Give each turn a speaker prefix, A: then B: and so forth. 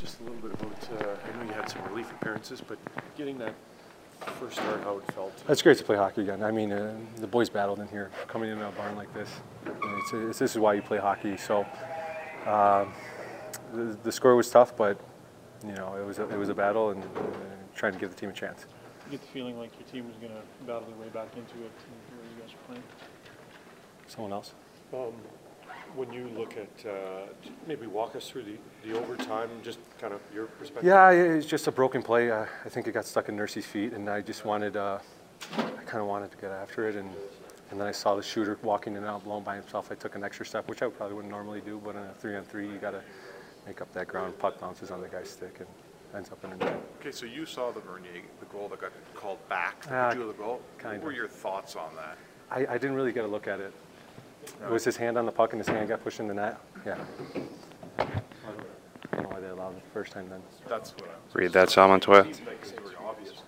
A: just a little bit about, uh, I know you had some relief appearances, but getting that first start, how it felt.
B: It's great to play hockey again. I mean, uh, the boys battled in here, coming in a barn like this. you know, It's, it's, this is why you play hockey. So uh, the, the score was tough, but you know it was a, it was a battle and uh, trying to give the team a chance.
C: You get the feeling like your team was going to battle their way back into it where you guys were playing.
B: Someone else.
A: When you look at, uh, j- maybe walk us through the, the overtime, just kind of your perspective.
B: Yeah, it was just a broken play. Uh, I think it got stuck in Nursey's feet, and I just wanted, uh, I kind of wanted to get after it, and and then I saw the shooter walking in and out blown by himself. I took an extra step, which I probably wouldn't normally do, but in a three-on-three, you gotta make up that ground. Puck bounces on the guy's stick and ends up in the net.
D: Okay, so you saw the Vernier, the goal that got called back, the
B: Ah,
D: Pajula goal.
B: kinda.
D: What were your thoughts on that?
B: I, I didn't really get a look at it. It was his hand on the puck, and his hand got pushed in the net. Yeah. I don't know why they allowed it the first time then.
D: That's what I was.
E: Read that, Sal Montoya.
D: Because they were